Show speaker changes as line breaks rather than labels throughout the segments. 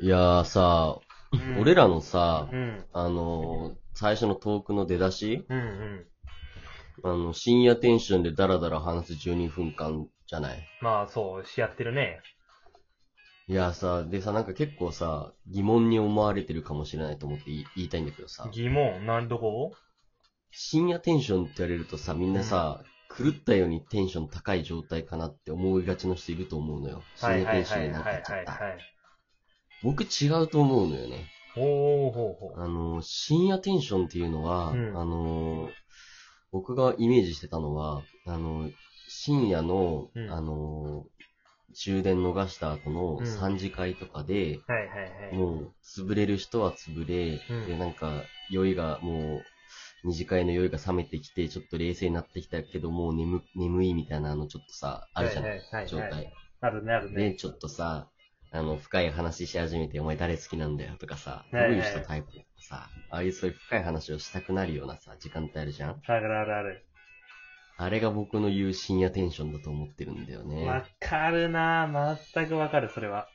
いやーさ、
うん
俺らのさ、
うん。
あのー最初のトークの出だし、
うんうん。
あの、深夜テンションでダラダラ話す12分間じゃない
まあそう、しやってるね。
いやーさ、でさ、なんか結構さ、疑問に思われてるかもしれないと思って言い言いたいんだけどさ、
疑問、なんどこ
深夜テンションって言われるとさ、みんなさ、狂ったようにテンション高い状態かなって思いがちの人いると思うのよ。
は
深
い
夜
は
テ
い
ンシ
は
ョン
い
にな
は
っ
い
ちゃ
は
っ
い
た。
はい。
僕違うと思うのよね。
おーほうほう。
あの、深夜テンションっていうのは、
うん
あの、僕がイメージしてたのは、あの、深夜の、
うん
あの、終電逃した後の
うん
3次会とかで、
はいはいはい。
もう、潰れる人は潰れ、
うん
で、なんか、酔いが、もう、二次会の酔いが冷めてきて、ちょっと冷静になってきたけど、もう眠、眠いみたいなのちょっとさ、あるじゃん、
はいはいはいはい
状態。
あるねある
で、
ね。
ちょっとさ、あの、深い話し始めて、お前誰好きなんだよとかさ、どう
はいはい
いう人タイプとかさ、ああいうそういう深い話をしたくなるようなさ、時間帯あるじゃん
あるあるある。
あれが僕の言う深夜テンションだと思ってるんだよね
わ。かるなぁ。全くわかる、それは。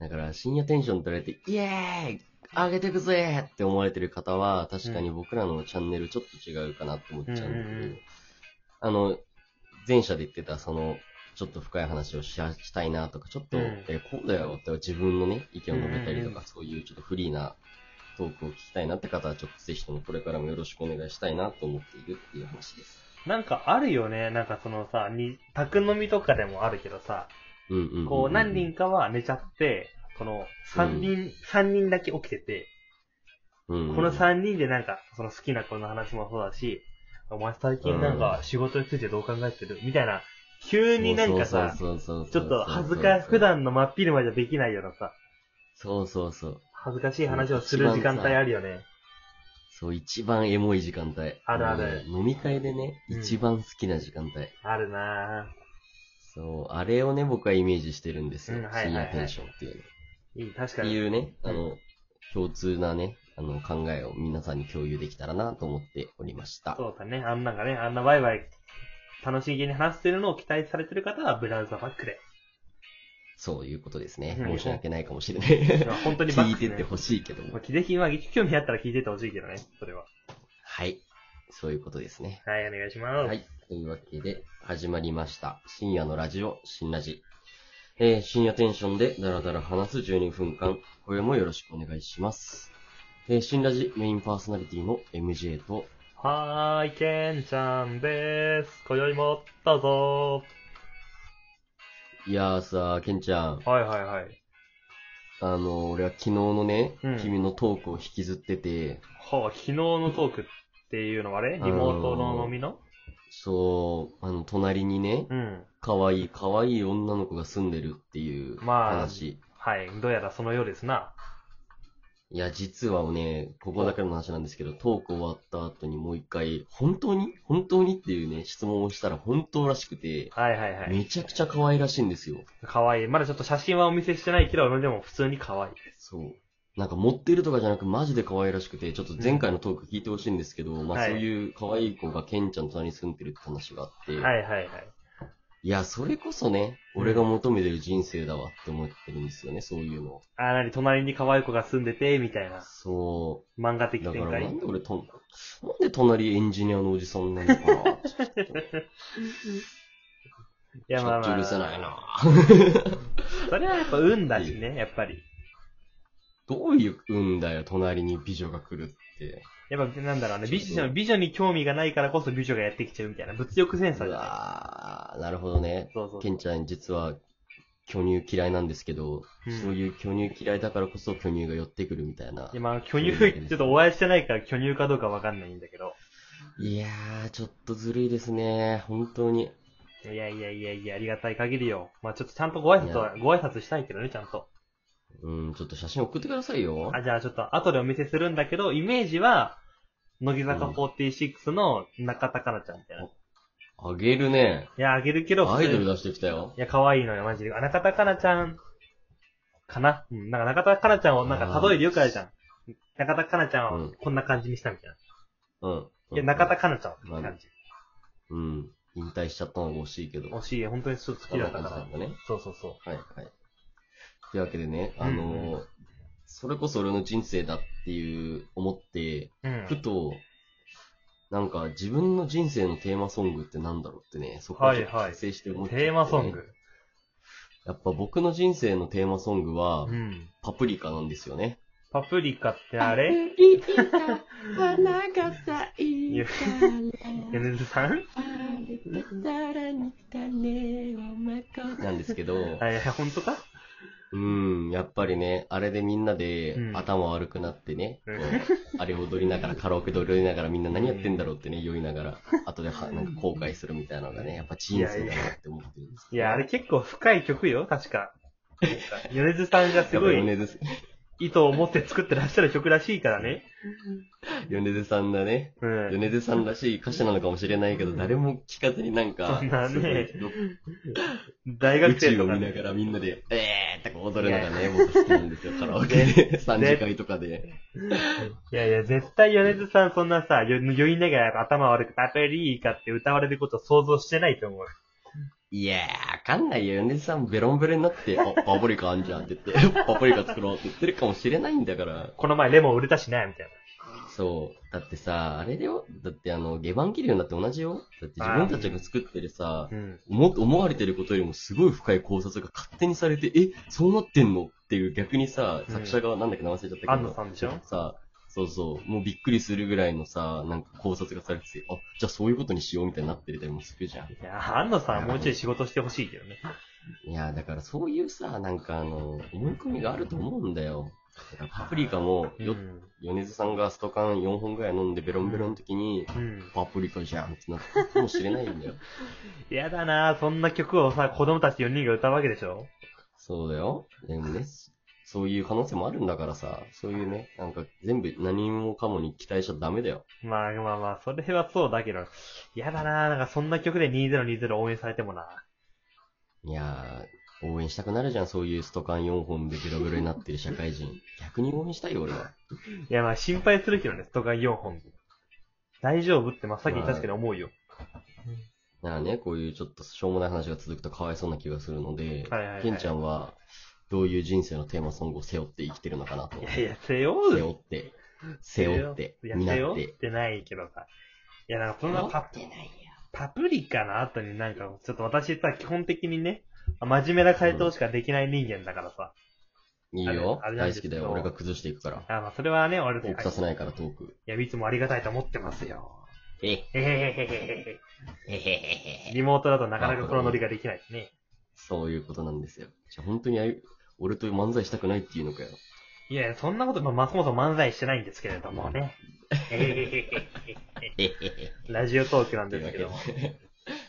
だから、深夜テンションって言われて、イエーイ上げてくぜって思われてる方は、確かに僕らのチャンネルちょっと違うかなって思っちゃうんだけど、
うんうんうん
あの、前者で言ってた、その、ちょっと深い話をししたいなとか、ちょっと、
うん
えーこうだよって自分のね、意見を述べたりとか、
うんうんう
そういうちょっとフリーなトークを聞きたいなって方は、ちょっとぜひともこれからもよろしくお願いしたいなと思っているっていう話です。
なんかあるよね。なんかそのさ、に、宅飲みとかでもあるけどさ、
うんうんんん
こう何人かは寝ちゃって、この三人、三人だけ起きてて、
うんうん
この3人でなんか、その好きな子の話もそうだし、お前最近なんか仕事についてどう考えてるみたいな、急になんかさ、
そうそう
ち
そうそうそう
ょっと恥ずか、普段の真っ昼間じゃできないようなさ、
そうそうそう。
恥ずかしい話をする時間帯あるよね。
そう、一番エモい時間帯。
あるある
のね飲み会でね、
うん
一番好きな時間帯。
あるな
そう、あれをね、僕はイメージしてるんですよ。
うんはいはい
深
はい
夜テンションっていうの。
ぁ。いい、確
っ
か
て
に。
いうね、
うん
あの、共通なね、あの、考えを皆さんに共有できたらなと思っておりました。
そうだね。あんなんかね、あんなワイワイ、楽しげに話してるのを期待されてる方はブラウザバッ クで。
そういうことですね。
うん
申し訳ないかもしれない。
まあ本当にバ
聞
ッ
い
クで
て
ね、
ってほしいけど
ま
も
あ。ぜひ、今、興味あったら聞いてってほしいけどね、それは。
はい。そういうことですね。
はい、お願いします。
はい。というわけで、始まりました。深夜のラジオ、新ラジ。えー深夜テンションでダラダラ話す12分間、これもよろしくお願いします。えー新ラジメインパーソナリティの MJ と、
はーい、けんちゃんです。今宵も、どうぞ
いやーさ、ケンちゃん、
はいはいはい。
あのー俺は昨日のね、
うん
君のトークを引きずってて、
はあ、昨日のトークっていうのはあれリモートの飲みの
そう、あの、隣にね、
うん。
可愛いい、可愛いい女の子が住んでるっていう
まあ
話。
はい、どうやらそのようですな。
いや、実はね、ここだけの話なんですけど、トーク終わった後にもう一回、本当に本当にっていうね、質問をしたら本当らしくて、
はいはいは
め
い。
ちゃくちゃ可愛らしいんですよ。
かわいい。まだちょっと写真はお見せしてないけど、でも普通にかわいいです。
そう。なんか持ってるとかじゃなくマジで可愛らしくて、ちょっと前回のトーク聞いてほしいんですけど、まあ
は
そ
いう
いう可愛い子がケンちゃんの隣に住んでるって話があって、、
はいいはいはい。
や、それこそね、
うん
俺が求めてる人生だわって思ってるんですよね、そういうの。
あー、なに、隣に可愛い子が住んでて、みたいな。
そ
漫画的
う。だ
展
からな
開
ん。で俺とん、なんで隣エンジニアのおじさんなの かなってちょっと。
いや、まあ
ちょっと
まあ。
許せないな。
それはやっぱ運だしね、やっぱり。
どういう運だよ、隣に美女が来るって。
やっぱ、なんだろうね、美
そうそ
女、
う
美女に興味がないからこそ美女がやってきちゃうみたいな。物欲センサー
う
じゃない。
わー、なるほどね。
そうそう
ケンちゃん、実は、巨乳嫌いなんですけど、
うん
そういう巨乳嫌いだからこそ巨乳が寄ってくるみたいな。
今、まあ巨乳、ちょっとお会いしてないから巨乳かどうかわかんないんだけど。
いやー、ちょっとずるいですね。本当に。
いやいやいやいや、ありがたい限りよ。まあちょっとちゃんとご挨拶は、ご挨拶したいけどね、ちゃんと。
うん、ちょっと写真送ってくださいよ。
あ、じゃあちょっと後でお見せするんだけど、イメージは、乃木坂46の中田香菜ちゃんみたいな。
う
い
んあげるね。
や、あげるけど、
アイドル
い
出してきたよ。
や、可愛いのよ、マジで。あ、中田香菜ちゃん、かなうん、なんか中田香菜ちゃんをなんか例えでよくあるじゃん。中田香菜ちゃん
う
を
ん
こんな感じにしたみたいな。
うん。
いや、中田。香菜ちゃんって感じ。
うん。引退しちゃったのが惜しいけど。
惜しい、本当にちょっと好
こ
き
ん
だっ
な
た
感
か
じな
ら
ん。だね。
そうそうそう。
はいはい。というわけでね、あのー
うんう
それこそ俺の人生だっていう思って、
うん。
ふと、なんか自分の人生のテーマソングってなんだろうってね、そこを
はい
ちょ
はい
っと覚醒して思っちゃって
テーマソング。
やっぱ僕の人生のテーマソングは
う、ん。
パプリカなんですよね。
パプリカってあれ
パプリカ花が咲い た
ヨネズさ ん
ら歩けたらに種をまこう
なんですけど、
あ、いや、ほんとか
うん、やっぱりね、あれでみんなで
うん
頭悪くなってね、
うん
こうあれ踊りながら、カラオケで踊りながらみんな何やってんだろうってね、酔いながら、後ではなんか後悔するみたいなのがね、やっぱ人生だなって思ってるんです
いや、あれ結構深い曲よ、確 か。ヨネズさんがすご
やっぱ
い
米津
意図を持って作ってらっしゃる曲らしいから ね。
米津さんだね。
うん。
米津さんらしい歌詞なのかもしれないけど、誰も聞かずになんか、
そんなね
すごいどっ
大学
宇
生
宙
と
を
か
見な
ね。
がらみんなで、えーってこう踊るのがね、僕好きなんですよ、カラオケで。3次会とかで。
いやいや、絶対ヨネズさんそんなさ、よ酔いながら頭悪くパプリカって歌われることを想像してないと思う。
いやー、わかんないよ。米津さんベロンベロンになって、あ、パプリカあんじゃんって言って、 パプリカ作ろうって言ってるかもしれないんだから。
この前レモン売れたしな、みたいな。
そう。だってさ、あれだよ。だってあの、下番切るようになって同じよ。だって自分たちが作ってるさ、
うん。
思、思われてることよりもすごい深い考察が勝手にされて、え、そうなってんのっていう逆にさ、
うん
作者側なんだっけ名前忘れちゃったけど。
安野さんでしょ
さ、そうそう、もうびっくりするぐらいのさ、なんか考察がされてて、あ、じゃあそういうことにしようみたいになってるでもするじゃん。
いや、安野さんはもうちょい仕事してほしいけどね。
いや、だからそういうさ、なんかあの、思い込みがあると思うんだよ。だからパプリカも、
う
よ、
ん。
米津さんがストカン4本ぐらい飲んでベロンベロンの時に、
うん。
パプリカじゃんってなったかもしれないんだよ。
嫌だなそんな曲をさ、子供たち4人が歌うわけでしょ
そうだよ。でもね、そそういう可能性もあるんだからさ、そういうね、なんか全部何もかもに期待しちゃダメだよ。
まあまあまあ、それはそうだけど、嫌だななんかそんな曲で2020応援されてもな。
いやー、応援したくなるじゃん、そういうストカン4本でベロベロになってる社会人。逆に応援したいよ、俺は。
いやまあ心配するけどね、ストガン4本。大丈夫って真っ先に確かに思うよ。
だからね、こういうちょっとしょうもない話が続くとかわいそうな気がするので、
はいはいはい
ケンちゃんは、どういう人生のテーマソングを背負って生きてるのかなと
い。やいや、背負
背
う
負って、背負って、
いや、
担
背
っ。
負っててないけどさ。いや、なんかそんなパ
背負ってないよ。
パプリカの後になんか、ちょっと私さ、基本的にね、真面目な回答しかできない人間だからさ。
いいよ
あれあれ。な
大
んです
好
け
き
ど
だよ。俺が崩していくから。
あまあそれはね、俺
トークさせないから、トーク。
いや、いつもありがたいと思ってますよ。
え、
えへへへ
へへへ
へへ。
へ。
リモートだとなかなかこのノリができないね。
そういうことなんですよ。じゃあ本当にああいう俺と漫才したくないっていうのかよ。
いやいや、そんなこと、まあまあ、そもそも漫才してないんですけれどもね。えへへへへ
えへへ
へ。 ラジオトークなん
とい
で
う
す
わ
け
け
ど
で
も。。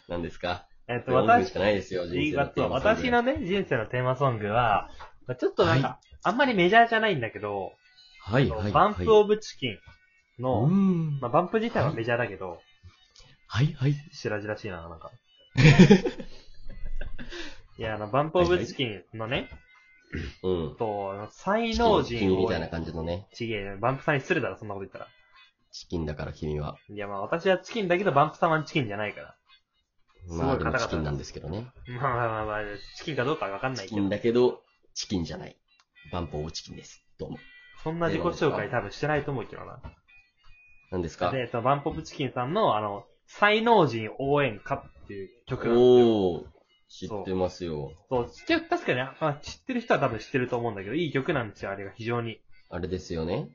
何ですか
えっと、
4分
私
し、かないですよ、人生のテーマソング
私のね、人生のテーマソングは、まあちょっとなんか、
は
あんまりメジャーじゃないんだけど、
はい、はい。
バンプオブチキンの、
うーん
まあ、バンプ自体はメジャーだけど、
はい、はい。
白々しいな、な んか。いや、あの、バンプオブチキンのね、
うん。
と、あの才能
チキン
人
君み
を
たい、な感じのね。
ちげえ、バンプさんに失礼だろ、そんなこと言ったら。
チキンだから君は。
いや、まあ私はチキンだけど、バンプさんはチキンじゃないから。すごい
まあ、でも
カタカ
チ
タ
キンなんですけどね。
まあまあまあまあ、チキンかどうかはわかんな
チ
いけ
キン
ど、
だけど、チキンじゃない。バンプオブチキンです。どうも。
そんな自己紹介多分してないと思うけどな。
何ですか
で、えっとバンポブチキンさんの、あの、才能人応援歌っていう曲なんですよ。
おー、知ってますよ。
そう、知ってる確かに、まあ、知ってる人は多分知ってると思うんだけど、いい曲なんですよ、あれが非常に。
あれですよね。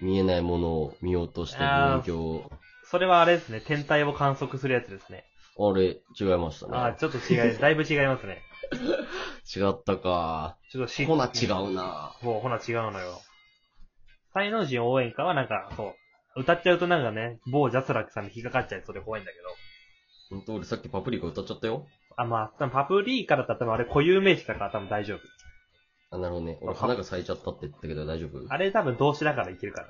見えないものを見ようとして勉強を。
それはあれですね、天体を観測するやつですね。
あれ、違いました
あ
ね
ー。ちょっと 違い、だいぶ違いますね。
違ったか。
ちょっとし
ほな、違う。な。
もうほな違うのよ。才能人応援歌はなんか、そう、歌っちゃうとなんかね、某ジャスラックさんに引っかかっちゃいそうで怖いんだけど。
ほんと、俺さっきパプリカ歌っちゃったよ。
あ、まあ、多分パプリーからだったら多分あれ固有名詞だから多分大丈夫。
あ、なるほどね。俺、花が咲いちゃったって言ったけど大丈夫
あれ多分動詞だからいけるか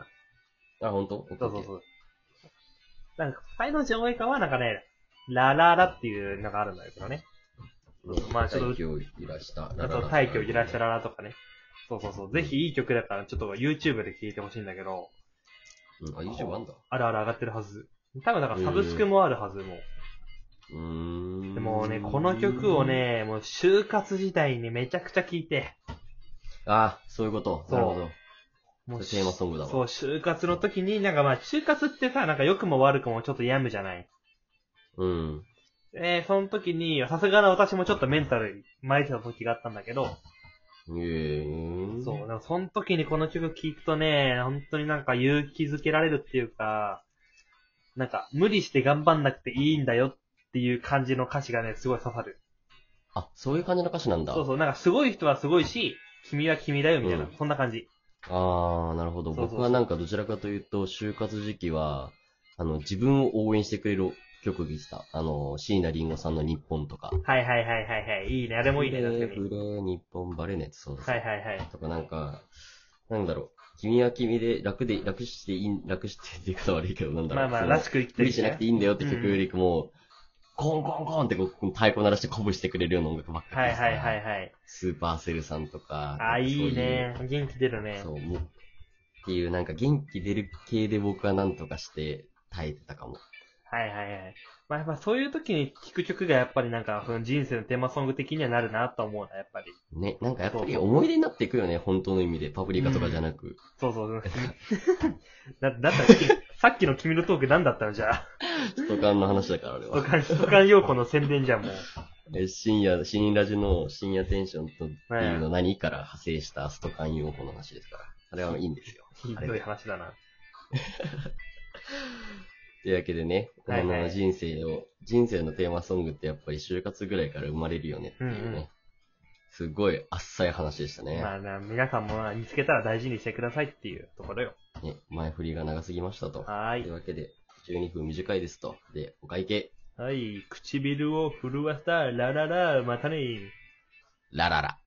ら。
あ、ほんと
そうそうそう。なんか、才能人応援歌はなんかね、ラララっていうのがあるんだけどね。
うん
まあちょっと
大気を揺らした。
あと、大気を揺らした
ら。
ララとかね。そうそうそう。ぜひいい曲だから、ちょっと YouTube で聴いてほしいんだけど、
うん、あ、YouTube あんだ。
あるある上がってるはず。多分だからサブスクもあるはず、も
うーん。
う。でもね、この曲を。ね、もう就活時代にめちゃくちゃ聴いて、
あ、そういうこと。
そう
なるほど。
もう
それテーマソングだわ
そう、就活の時に、なんかまあ、就活ってさ、なんか良くも悪くもちょっと病むじゃない。
うん。
えー、その時に、さすがの私もちょっとメンタル巻いてた時があったんだけど、
ええ
そう、でもその時にこの曲聴くとね、本当になんか勇気づけられるっていうか、なんか無理して頑張んなくていいんだよっていう感じの歌詞がね、すごい刺さる。
あ、そういう感じの歌詞なんだ。
そうそう、なんかすごい人はすごいし、君は君だよみたいな、
うん
そんな感じ。
ああ、なるほど。
そうそうそう
僕はなんかどちらかというと、就活時期は、あの、自分を応援してくれる曲でした。あの、椎名林檎さんの日本とか。
はいはいはいはいはい。いいね、あれもいいね、確か
ブレ
に。
ブレ日本バレネット、そうです。
はいはいはい。
とかなんか、なんだろう。君は君で楽で、楽していい、楽してって言い方悪いけど、なんだろ
まあ
う。
まあ、
その
らしく生きて
無
る
理しなくていいんだよって曲よりも、コンコンコンってこう太鼓鳴らして鼓舞してくれるような音楽ばっか
は
り
い
でした
はいはいはい。
スーパーセルさんとか。なんか
あ、
そう
いいね。元気出るね。
そう、もう、っていう、なんか元気出る系で僕はなんとかして耐えてたかも。
はいはいはい。まあやっぱそういう時に聴く曲がやっぱりなんか、その人生のテーマソング的にはなるなと思うな、やっぱり。
ね、なんかやっぱり思い出になっていくよね、本当の意味で。パプリカとかじゃなく。
そうそう そう。だ、だったら さっき、さっきの君のトーク何だったのじゃあ。
ストカンの話だから、あれ
と
は。
か、とかようこの宣伝じゃん、もう。
え深夜、深ラジの深夜テンションとっていうの何から派生したストカン用法の話ですから。あれはいいんですよ。
ひどい話だな。
というわけでね、
はいはい
あの人生を、人生のテーマソングってやっぱり就活ぐらいから生まれるよねっていうね。
うんうん
すごいあっさい話でしたね。
まあな、皆さんもな見つけたら大事にしてくださいっていうところよ。
ね、前振りが長すぎましたと。
はー
とい。
いう
わけで、12分短いですと。で、お会計、
はい、唇を震わせた、ラララ、またね
ラララ。